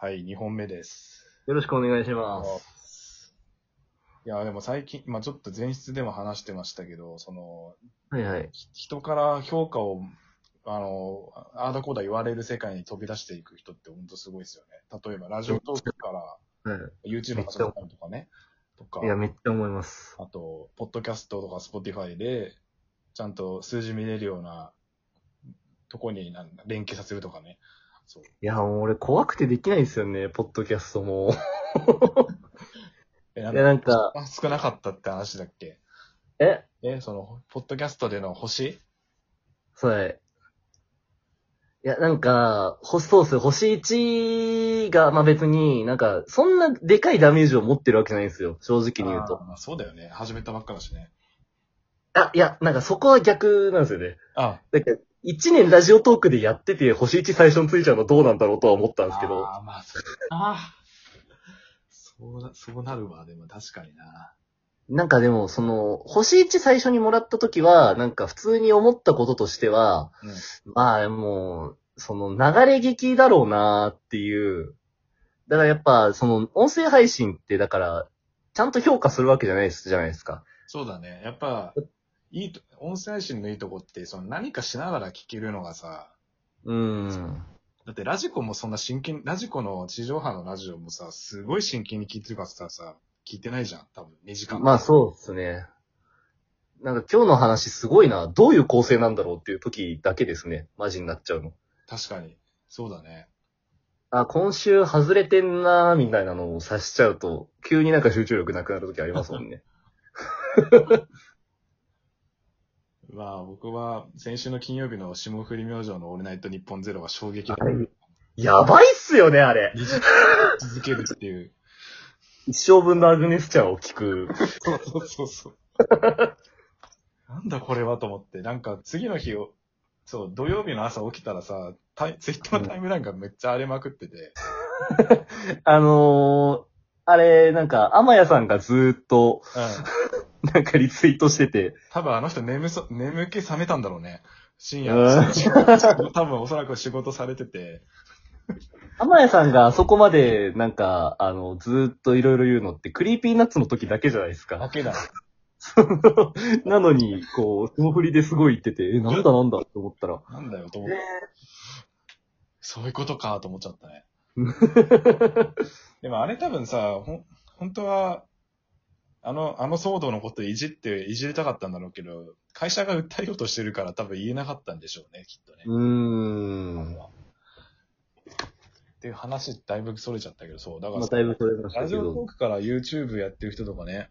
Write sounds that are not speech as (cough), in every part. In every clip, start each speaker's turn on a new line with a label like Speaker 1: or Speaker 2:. Speaker 1: はい、2本目です。
Speaker 2: よろしくお願いします。
Speaker 1: いや、でも最近、まあちょっと前室でも話してましたけど、その、
Speaker 2: はいはい。
Speaker 1: ひ人から評価を、あの、ああーだこーだ言われる世界に飛び出していく人って本当すごいですよね。例えば、ラジオトークから
Speaker 2: は
Speaker 1: YouTube 始めたりとかね。とか
Speaker 2: い、い、や、めっちゃ思います。
Speaker 1: あと、ポッドキャストとか Spotify で、ちゃんと数字見れるようなとこになん連携させるとかね。そう。
Speaker 2: いや、もう俺怖くてできないですよね、ポッドキャスト (laughs) も。
Speaker 1: え、ない
Speaker 2: や、なんか、
Speaker 1: あ少なかったって話だっけ
Speaker 2: え
Speaker 1: え、その、ポッドキャストでの星
Speaker 2: それ。いや、なんか、星そうっす星1が、まあ、別に、なんか、そんなでかいダメージを持ってるわけじゃないんですよ、正直に言う
Speaker 1: あ
Speaker 2: と。
Speaker 1: ーまあ、そうだよね。始めたばっかだしね。
Speaker 2: あ、いや、なんかそこは逆なんですよね。
Speaker 1: あ、
Speaker 2: なんか、1年ラジオトークでやってて、星1最初についちゃうのどうなんだろうとは思ったんですけど。
Speaker 1: ああ、まあ、そうあーそうな、そうなるわ。でも確かにな。
Speaker 2: なんかでも、その、星1最初にもらった時は、なんか普通に思ったこととしては、まあもう、その流れ劇だろうなっていう。だからやっぱ、その、音声配信って、だから、ちゃんと評価するわけじゃないです、じゃないですか。
Speaker 1: そうだね。やっぱ、いいと、音声配信のいいとこって、その何かしながら聞けるのがさ、
Speaker 2: うん。
Speaker 1: だってラジコもそんな真剣、ラジコの地上波のラジオもさ、すごい真剣に聞いてるからさ、さ、聞いてないじゃん。多分、2時間。
Speaker 2: まあそうですね。なんか今日の話すごいな。どういう構成なんだろうっていう時だけですね。マジになっちゃうの。
Speaker 1: 確かに。そうだね。
Speaker 2: あ、今週外れてんなーみたいなのを察しちゃうと、急になんか集中力なくなる時ありますもんね。
Speaker 1: まあ僕は先週の金曜日の霜降り明星のオールナイト日本ゼロが衝撃だ
Speaker 2: あれやばいっすよね、あれ。
Speaker 1: 2時間続けるっていう。
Speaker 2: 一生分のアグネスちゃんを聞く。
Speaker 1: そうそうそうそう。なんだこれはと思って。なんか次の日を、そう、土曜日の朝起きたらさ、タイツイッターのタイムラインがめっちゃ荒れまくってて、
Speaker 2: あのー、あれ、なんか、天谷さんがずーっと、
Speaker 1: うん。
Speaker 2: なんかリツイートしてて、
Speaker 1: 多分あの人眠そ、眠気覚めたんだろうね。深夜
Speaker 2: うん。
Speaker 1: (laughs) 多分おそらく仕事されてて。
Speaker 2: 天谷さんがあそこまで、なんか、あの、ずーっといろいろ言うのって、クリーピーナッツの時だけじゃないです
Speaker 1: だ
Speaker 2: (laughs) か。
Speaker 1: けだ。
Speaker 2: なのに、こう、霜降りですごい言ってて、え、なんだなんだって思ったら。
Speaker 1: なんだよと思って。そういうことかと思っちゃったね。でもあれ多分さ、ほん、本当は、あの、あの騒動のこといじって、いじりたかったんだろうけど、会社が訴えようとしてるから多分言えなかったんでしょうね、きっとね。
Speaker 2: うーん。
Speaker 1: っていう話、だいぶそれちゃったけど、そう。だか
Speaker 2: ま
Speaker 1: ら
Speaker 2: あ、
Speaker 1: さ、
Speaker 2: だいぶ取れました
Speaker 1: ラ
Speaker 2: け
Speaker 1: ジオト
Speaker 2: ど
Speaker 1: ー。クから YouTube やってる人とかね、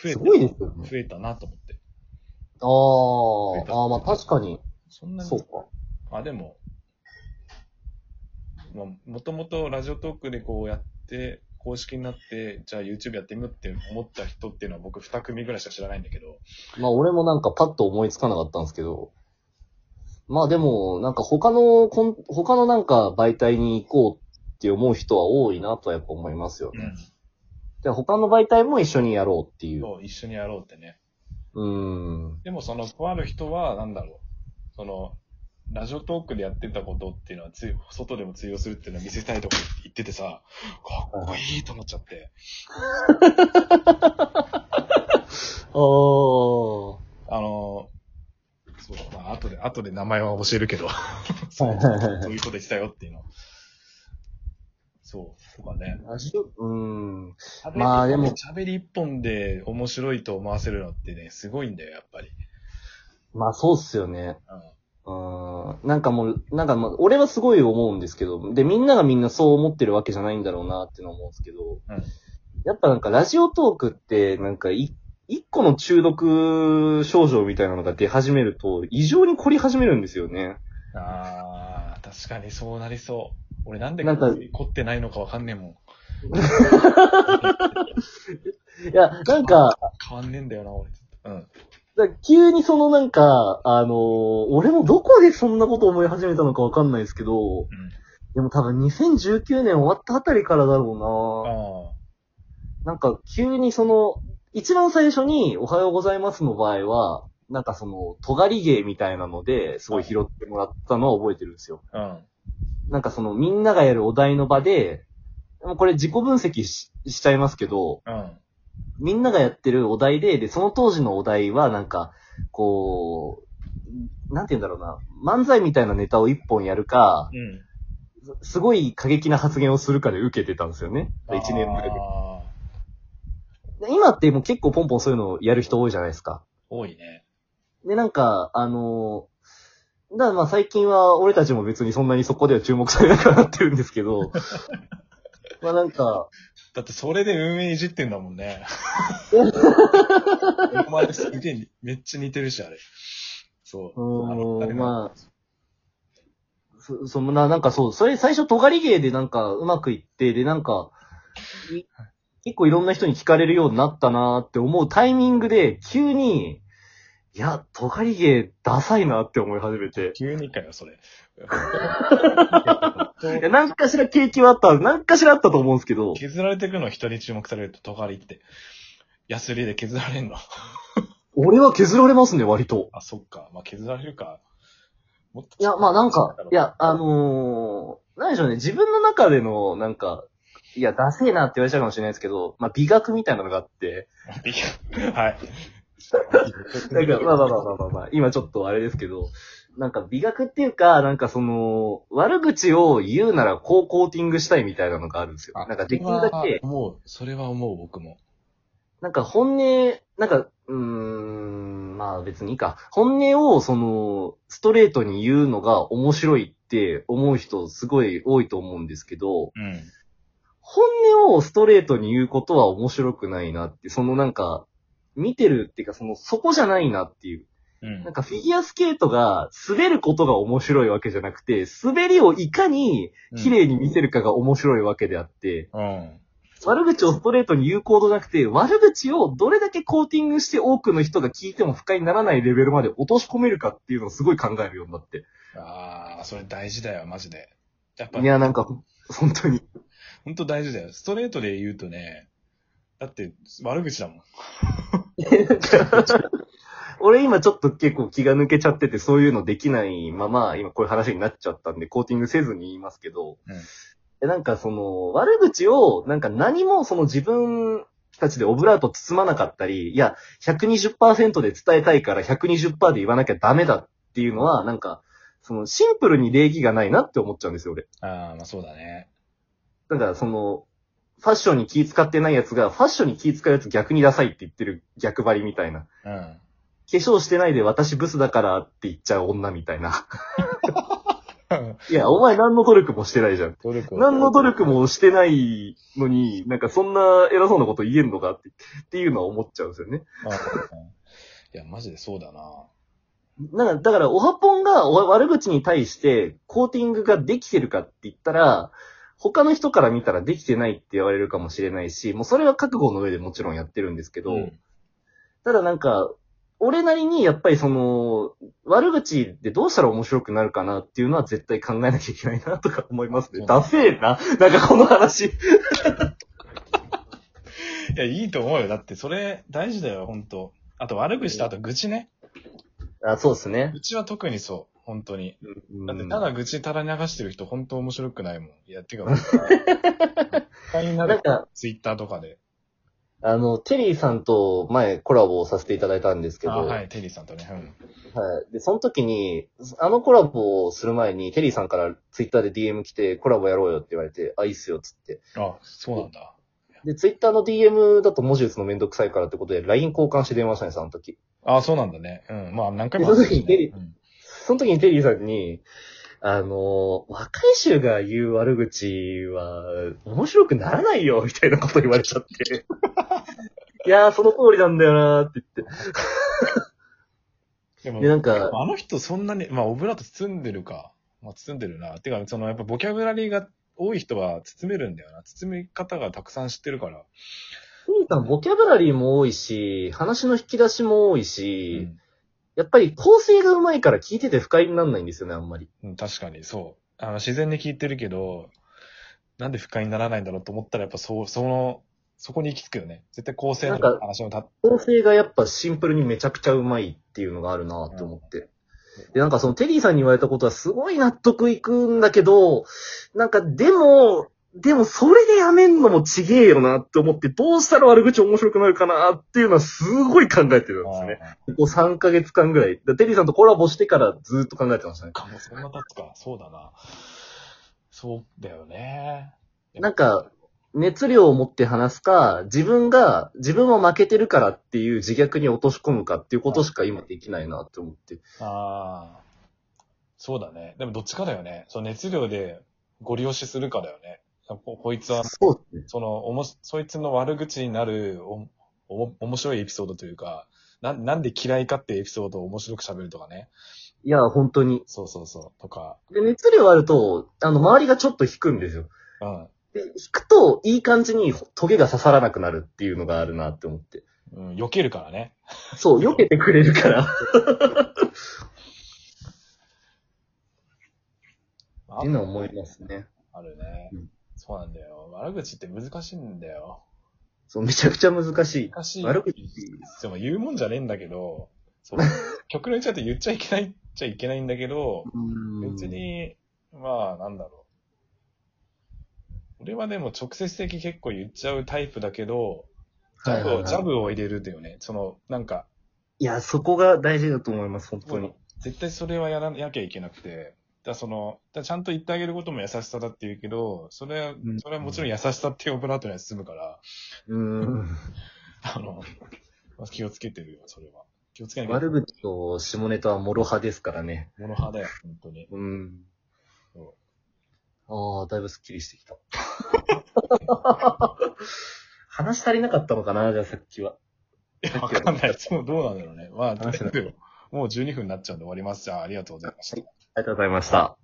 Speaker 1: 増え
Speaker 2: す
Speaker 1: た、
Speaker 2: ごいですよね。
Speaker 1: 増えたなと思って。
Speaker 2: あーあー、まあ確かに。
Speaker 1: そんなに
Speaker 2: そうか。
Speaker 1: まあでも、まあ、もともとラジオトークでこうやって、公式になって、じゃあ YouTube やってみようって思った人っていうのは僕2組ぐらいしか知らないんだけど、
Speaker 2: まあ俺もなんかパッと思いつかなかったんですけど。まあでも、なんか他のコン、他のなんか媒体に行こうって思う人は多いなとはやっぱ思いますよね。で、他の媒体も一緒にやろうっていう。
Speaker 1: そう一緒にやろうってね。
Speaker 2: うーん。
Speaker 1: でもその、とある人は、なんだろう、その、ラジオトークでやってたことっていうのはつい、外でも通用するっていうのは見せたいとか言っててさ、かっこいいと思っちゃって。
Speaker 2: あー。
Speaker 1: あの、そう、まあ、後で、後で名前は教えるけど。
Speaker 2: はいはい (laughs) はい
Speaker 1: そういうことしたよっていうの。そう、とかね。
Speaker 2: ラジオ、うーん。ま
Speaker 1: ま
Speaker 2: あ
Speaker 1: あ
Speaker 2: で
Speaker 1: で
Speaker 2: も
Speaker 1: も。喋り一本で面白いと思わせるのってね、すごいんだよ、やっぱり。
Speaker 2: まあそうっすよね。
Speaker 1: うん。
Speaker 2: うーん。なんかもう、なんかまあ、俺はすごい思うんですけど、で、みんながみんなそう思ってるわけじゃないんだろうなっていうのは思うんですけど、
Speaker 1: うん
Speaker 2: やっぱなんかラジオトークって、なんかい、一個の中毒症状みたいなのが出始めると、異常に凝り始めるんですよね。
Speaker 1: ああ、確かにそうなりそう。俺なんで
Speaker 2: なんか
Speaker 1: 凝ってないのかわかんねえもん。
Speaker 2: いや、なんか、
Speaker 1: 変わんねえんだよな、俺。うん。
Speaker 2: だ急にそのなんか、あのー俺もどこでそんなこと思い始めたのかわかんないですけど、
Speaker 1: うん。
Speaker 2: でも多分2019年終わったあたりからだろうな
Speaker 1: あ
Speaker 2: なんか急にその、一番最初におはようございますの場合は、なんかその、尖り芸みたいなので、すごい拾ってもらったのは覚えてるんですよ。
Speaker 1: あ。
Speaker 2: なんかそのみんながやるお題の場で、もうこれ自己分析ししちゃいますけど、
Speaker 1: うん。
Speaker 2: みんながやってるお題で、で、その当時のお題はなんか、こう、なんて言うんだろうな、漫才みたいなネタを一本やるか、
Speaker 1: うん。
Speaker 2: すすごい過激な発言をするかで受けてたんですよね。1年前で。
Speaker 1: あー
Speaker 2: で今ってもう結構ポンポンそういうのをやる人多いじゃないですか。
Speaker 1: 多いね。
Speaker 2: で、なんか、あのーだからまあ最近は俺たちも別にそんなにそこでは注目されなくなってるんですけど、まあなんか、
Speaker 1: だってそれで運営いじってんだもん
Speaker 2: (laughs)
Speaker 1: ね。お前すげえ、めっちゃ似てるし、あれ。そう。あの
Speaker 2: う
Speaker 1: 二人
Speaker 2: ーん、
Speaker 1: の
Speaker 2: まあ、そ、そんな、なんかそう、それ最初尖り芸でなんかうまくいって、でなんか、い結構いろんな人に聞かれるようになったなーって思うタイミングで、急に、いや、尖り芸ダサいなって思い始めて。
Speaker 1: 急にかよ、そ
Speaker 2: (laughs)
Speaker 1: れ。
Speaker 2: いや、なんかしら景気はあった、なんかしらあったと思うんですけど、
Speaker 1: 削られていくの人に注目されると、尖りって。ヤスリで削られんの。
Speaker 2: 俺は削られますね、割と。
Speaker 1: あ、そっか。まあ、削られるか。もっと
Speaker 2: いや、まあなんか、いや、あのー、なんでしょうね、自分の中での、なんか、いや、ダセえなって言われちゃうかもしれないですけど、まあ美学みたいなのがあって、
Speaker 1: いやはい。
Speaker 2: なんか、まあまあまあまあまあ、まあ、今ちょっとあれですけど、なんか美学っていうか、なんかその、悪口を言うならこうコーティングしたいみたいなのがあるんですよ。なんかできるだけ、
Speaker 1: 思う。それは思う、僕も。
Speaker 2: なんか本音、なんか、うーん、まあ別にいいか。本音をその、ストレートに言うのが面白いって思う人すごい多いと思うんですけど、
Speaker 1: うん。
Speaker 2: 本音をストレートに言うことは面白くないなって、そのなんか、見てるっていうか、その、そこじゃないなっていう。
Speaker 1: うん
Speaker 2: なんかフィギュアスケートが滑ることが面白いわけじゃなくて、滑りをいかに綺麗に見せるかが面白いわけであって、
Speaker 1: うん。
Speaker 2: 悪口をストレートに言うことじゃなくて、悪口をどれだけコーティングして多くの人が聞いても不快にならないレベルまで落とし込めるかっていうのをすごい考えるようになって。
Speaker 1: ああ、それ大事だよ、マジで。やっぱ
Speaker 2: い、や、なんか、本当に。
Speaker 1: ほんと大事だよ。ストレートで言うとね、だって悪口だもん。
Speaker 2: (laughs) 俺今ちょっと結構気が抜けちゃってて、そういうのできないまま、今こういう話になっちゃったんで、コーティングせずに言いますけど、
Speaker 1: うん
Speaker 2: でなんかその、悪口を、なんか何もその自分たちでオブラート包まなかったり、いや、120%で伝えたいから120%で言わなきゃダメだっていうのは、なんか、そのシンプルに礼儀がないなって思っちゃうんですよ、俺。
Speaker 1: ああ、まあそうだね。
Speaker 2: だからその、ファッションに気使ってないやつが、ファッションに気使うやつ逆にダサいって言ってる逆張りみたいな。 (laughs)
Speaker 1: うん。
Speaker 2: 化粧してないで私ブスだからって言っちゃう女みたいな。 (laughs) いや、お前何の努力もしてないじゃん。
Speaker 1: 努力を
Speaker 2: 何の努力もしてないのに、なんかそんな偉そうなこと言えんのかって、っていうのは思っちゃうんですよね。
Speaker 1: うんうんいや、マジでそうだな。
Speaker 2: なんか、だから、オハポンがお悪口に対してコーティングができてるかって言ったら、他の人から見たらできてないって言われるかもしれないし、もうそれは覚悟の上でもちろんやってるんですけど、
Speaker 1: うん
Speaker 2: ただなんか、俺なりにやっぱりその、悪口でどうしたら面白くなるかなっていうのは絶対考えなきゃいけないなとか思いますね。ダセえな。なんかこの話。
Speaker 1: いや、いいと思うよ。だってそれ大事だよ、ほんと。あと悪口とあと愚痴ね。
Speaker 2: あ、そうですね。
Speaker 1: 愚痴は特にそう、本当に。
Speaker 2: うん
Speaker 1: だってただ愚痴垂れ流してる人、本当面白くないもん。いや、てか、
Speaker 2: (laughs)
Speaker 1: 不快にな
Speaker 2: なん
Speaker 1: る。
Speaker 2: か、
Speaker 1: ツイッターとかで。
Speaker 2: あの、テリーさんと前コラボをさせていただいたんですけど、
Speaker 1: あ
Speaker 2: は、
Speaker 1: はいい、テリーさんとね。うん。
Speaker 2: で、その時に、あのコラボをする前に、テリーさんからツイッターで DM 来て、コラボやろうよって言われて、あ、いいっすよっつって。
Speaker 1: あ、そうなんだ。
Speaker 2: で、ツイッターの DM だと文字打つのめんどくさいからってことで、LINE 交換して電話したんです、あの時。
Speaker 1: あ、そうなんだね。うん。まあ、何回も。
Speaker 2: その時にテリ
Speaker 1: うん
Speaker 2: その時にテリーさんに、あの、若い衆が言う悪口は面白くならないよ、みたいなこと言われちゃ (laughs) って。いやー、その通りなんだよなーって言って。
Speaker 1: でも
Speaker 2: で、なんか、
Speaker 1: あの人そんなに、まあ、オブラート包んでるか。まあ、包んでるな。てか、その、やっぱボキャブラリーが多い人は包めるんだよな。包み方がたくさん知ってるから。
Speaker 2: テリーさんボキャブラリーも多いし、話の引き出しも多いうし、
Speaker 1: ん
Speaker 2: やっぱり構成が上手いから聞いてて不快にならないんですよね、あんまり。
Speaker 1: うん、確かに、そう。あの、自然に聞いてるけど、なんで不快にならないんだろうと思ったら、やっぱそう、その、そこに行き着くよね。絶対構成の
Speaker 2: なんか
Speaker 1: 話のた、
Speaker 2: 構成がやっぱシンプルにめちゃくちゃ上手いっていうのがあるなーって思って。で、なんかそのテリーさんに言われたことはすごい納得いくんだけど、なんかでも、でもそれでやめんのもちげえよなって思って、どうしたら悪口面白くなるかなっていうのはすごい考えてるんですね。ここ3ヶ月間ぐらい。だテリーさんとコラボしてからずっと考えてましたね。
Speaker 1: かも、そんな経つか。そうだな。そうだよね。
Speaker 2: なんか、熱量を持って話すか、自分が、自分は負けてるからっていう自虐に落とし込むかっていうことしか今できないなって思って。
Speaker 1: ああ。そうだね。でもどっちかだよね。その熱量でご利用しするかだよね。ここいつは、
Speaker 2: そうですね。
Speaker 1: その、おもし、そいつの悪口になるお、おも、面白いエピソードというか、な、なんで嫌いかってエピソードを面白く喋るとかね。
Speaker 2: いや、本当に。
Speaker 1: そうそうそう。とか、
Speaker 2: で、熱量あると、あの、周りがちょっと引くんですよ。
Speaker 1: うん。
Speaker 2: で、引くと、いい感じにトゲが刺さらなくなるっていうのがあるなって思って。
Speaker 1: うん、避けるからね。
Speaker 2: そう、避けてくれるから。っ
Speaker 1: あ
Speaker 2: ていうのは思いますね。
Speaker 1: あるね
Speaker 2: うん。
Speaker 1: そうなんだよ。悪口って難しいんだよ。
Speaker 2: そう、めちゃくちゃ難し
Speaker 1: 難し
Speaker 2: い。
Speaker 1: い。
Speaker 2: 悪口。
Speaker 1: でも言うもんじゃねえんだけど、
Speaker 2: (laughs)
Speaker 1: そう極論言っちゃって言っちゃいけないっちゃいけないんだけど、
Speaker 2: うーん
Speaker 1: 別に、まあ、なんだろう。俺はでも直接的結構言っちゃうタイプだけど、ジャブを、
Speaker 2: はいはいはい
Speaker 1: ジャブを入れるんだよね。その、なんか、
Speaker 2: いや、そこが大事だと思います、本当に。
Speaker 1: 絶対それはやらなきゃいけなくて、だからその、だからちゃんと言ってあげることも優しさだって言うけど、それは
Speaker 2: ん、
Speaker 1: それはもちろん優しさっていうオブラートには進むから、
Speaker 2: うー。
Speaker 1: あの、気をつけてるよ、それは。気をつけなんきゃいけ
Speaker 2: 悪
Speaker 1: ない。
Speaker 2: 口と下ネタは諸派ですからね。
Speaker 1: 物派だよ、本当に。
Speaker 2: うん
Speaker 1: そ。
Speaker 2: ああ、だいぶスッキリして
Speaker 1: (laughs)
Speaker 2: きた。話足りなかったのかな、じゃあさっきは。
Speaker 1: いやわかんない。いつもどうなんだろうね。まあ、とりあえ
Speaker 2: 話せな
Speaker 1: ずもう12分になっちゃうんで終わります。じゃあ、ありがとうございました。
Speaker 2: ありがとうございました。